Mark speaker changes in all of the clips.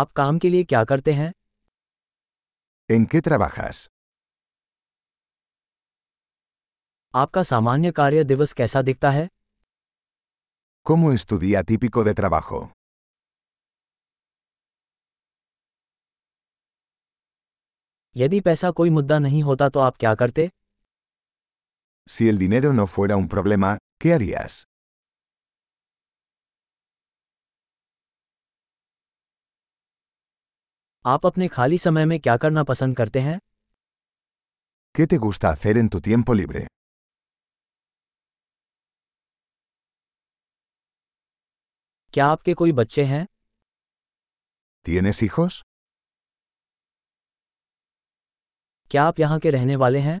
Speaker 1: आप काम के लिए क्या करते हैं
Speaker 2: ¿En qué trabajas?
Speaker 1: आपका सामान्य कार्य दिवस कैसा दिखता है
Speaker 2: ¿Cómo es tu día típico de trabajo?
Speaker 1: यदि पैसा कोई मुद्दा नहीं होता तो आप क्या करते
Speaker 2: Si el dinero no fuera un problema, ¿qué harías?
Speaker 1: आप अपने खाली समय में क्या करना पसंद करते हैं
Speaker 2: ¿Qué te gusta hacer en tu tiempo libre?
Speaker 1: क्या आपके कोई बच्चे हैं
Speaker 2: ¿Tienes hijos?
Speaker 1: क्या आप यहाँ के रहने वाले हैं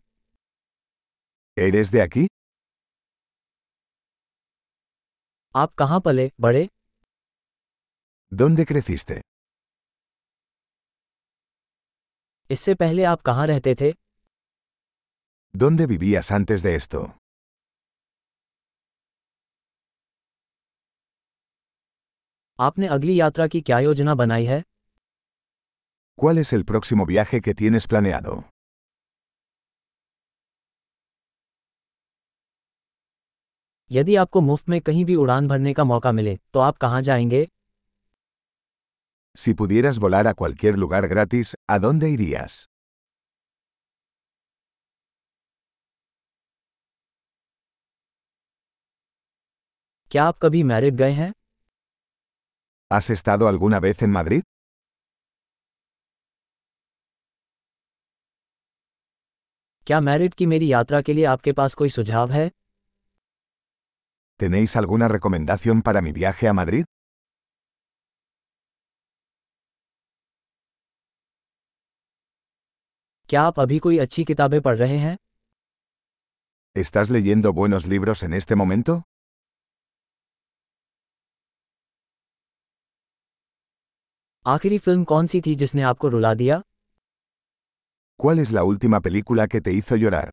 Speaker 2: ¿Eres de aquí?
Speaker 1: आप कहाँ पले बड़े
Speaker 2: ¿Dónde creciste?
Speaker 1: इससे पहले आप कहाँ रहते थे
Speaker 2: ¿Dónde vivías antes de esto?
Speaker 1: आपने अगली यात्रा की क्या योजना बनाई है
Speaker 2: ¿Cuál es el próximo viaje que tienes planeado?
Speaker 1: यदि आपको मुफ्त में कहीं भी उड़ान भरने का मौका मिले तो आप कहाँ जाएंगे
Speaker 2: Si pudieras volar a cualquier lugar gratis, ¿a dónde irías?
Speaker 1: क्या आप कभी मैरिड गए हैं
Speaker 2: ¿Has estado alguna vez en Madrid?
Speaker 1: क्या मैरिड की मेरी यात्रा के लिए आपके पास कोई सुझाव है
Speaker 2: ¿Tenéis alguna recomendación para mi viaje a Madrid?
Speaker 1: क्या आप अभी कोई अच्छी किताबें पढ़ रहे हैं
Speaker 2: ¿Estás leyendo buenos libros en este momento?
Speaker 1: आखिरी फिल्म कौन सी थी जिसने आपको रुला दिया
Speaker 2: ¿Cuál es la última película que te hizo llorar?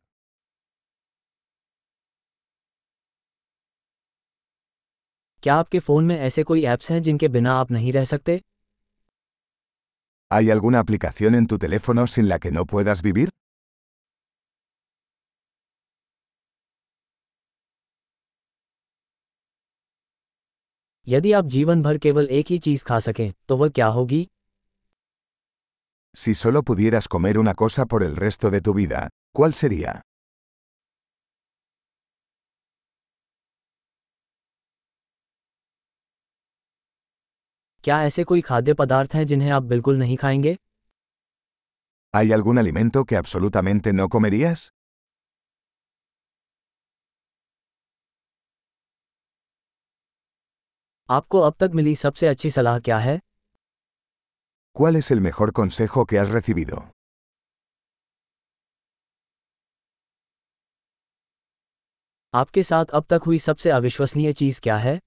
Speaker 1: क्या आपके फ़ोन में ऐसे कोई ऐप्स हैं जिनके बिना आप नहीं रह सकते
Speaker 2: ¿Hay alguna aplicación en tu teléfono sin la que no puedas vivir?
Speaker 1: यदि आप जीवन भर केवल एक ही चीज़ खा सकें तो वह क्या होगी
Speaker 2: Si solo pudieras comer una cosa por el resto de tu vida, ¿cuál sería?
Speaker 1: क्या ऐसे कोई खाद्य पदार्थ हैं जिन्हें आप बिल्कुल नहीं खाएंगे
Speaker 2: ¿Hay algún alimento que absolutamente no comerías?
Speaker 1: आपको अब तक मिली सबसे अच्छी सलाह क्या है
Speaker 2: ¿Cuál es el mejor consejo que has recibido?
Speaker 1: आपके साथ अब तक हुई सबसे अविश्वसनीय चीज़ क्या है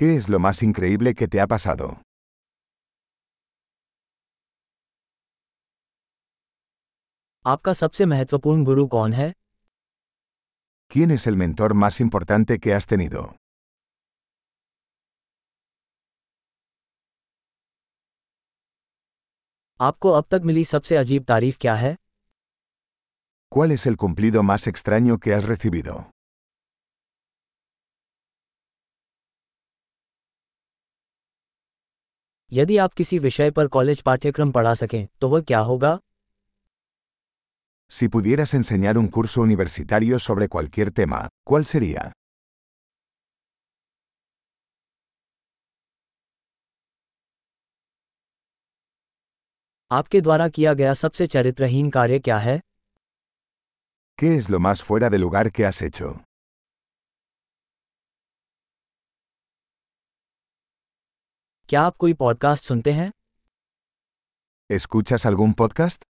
Speaker 2: ¿Qué es lo más increíble que te ha pasado?
Speaker 1: आपका सबसे महत्वपूर्ण गुरु कौन है
Speaker 2: ¿Quién es el mentor más importante que has tenido?
Speaker 1: आपको अब तक मिली सबसे अजीब तारीफ क्या है
Speaker 2: ¿Cuál es el cumplido más extraño que has recibido?
Speaker 1: यदि आप किसी विषय पर कॉलेज पाठ्यक्रम पढ़ा सकें तो वह क्या होगा
Speaker 2: Si pudieras enseñar un curso universitario sobre cualquier tema, ¿cuál sería?
Speaker 1: आपके द्वारा किया गया सबसे चरित्रहीन कार्य क्या है
Speaker 2: ¿Qué es lo más fuera de lugar que has hecho?
Speaker 1: क्या आप कोई पॉडकास्ट सुनते हैं
Speaker 2: ¿Escuchas algún podcast?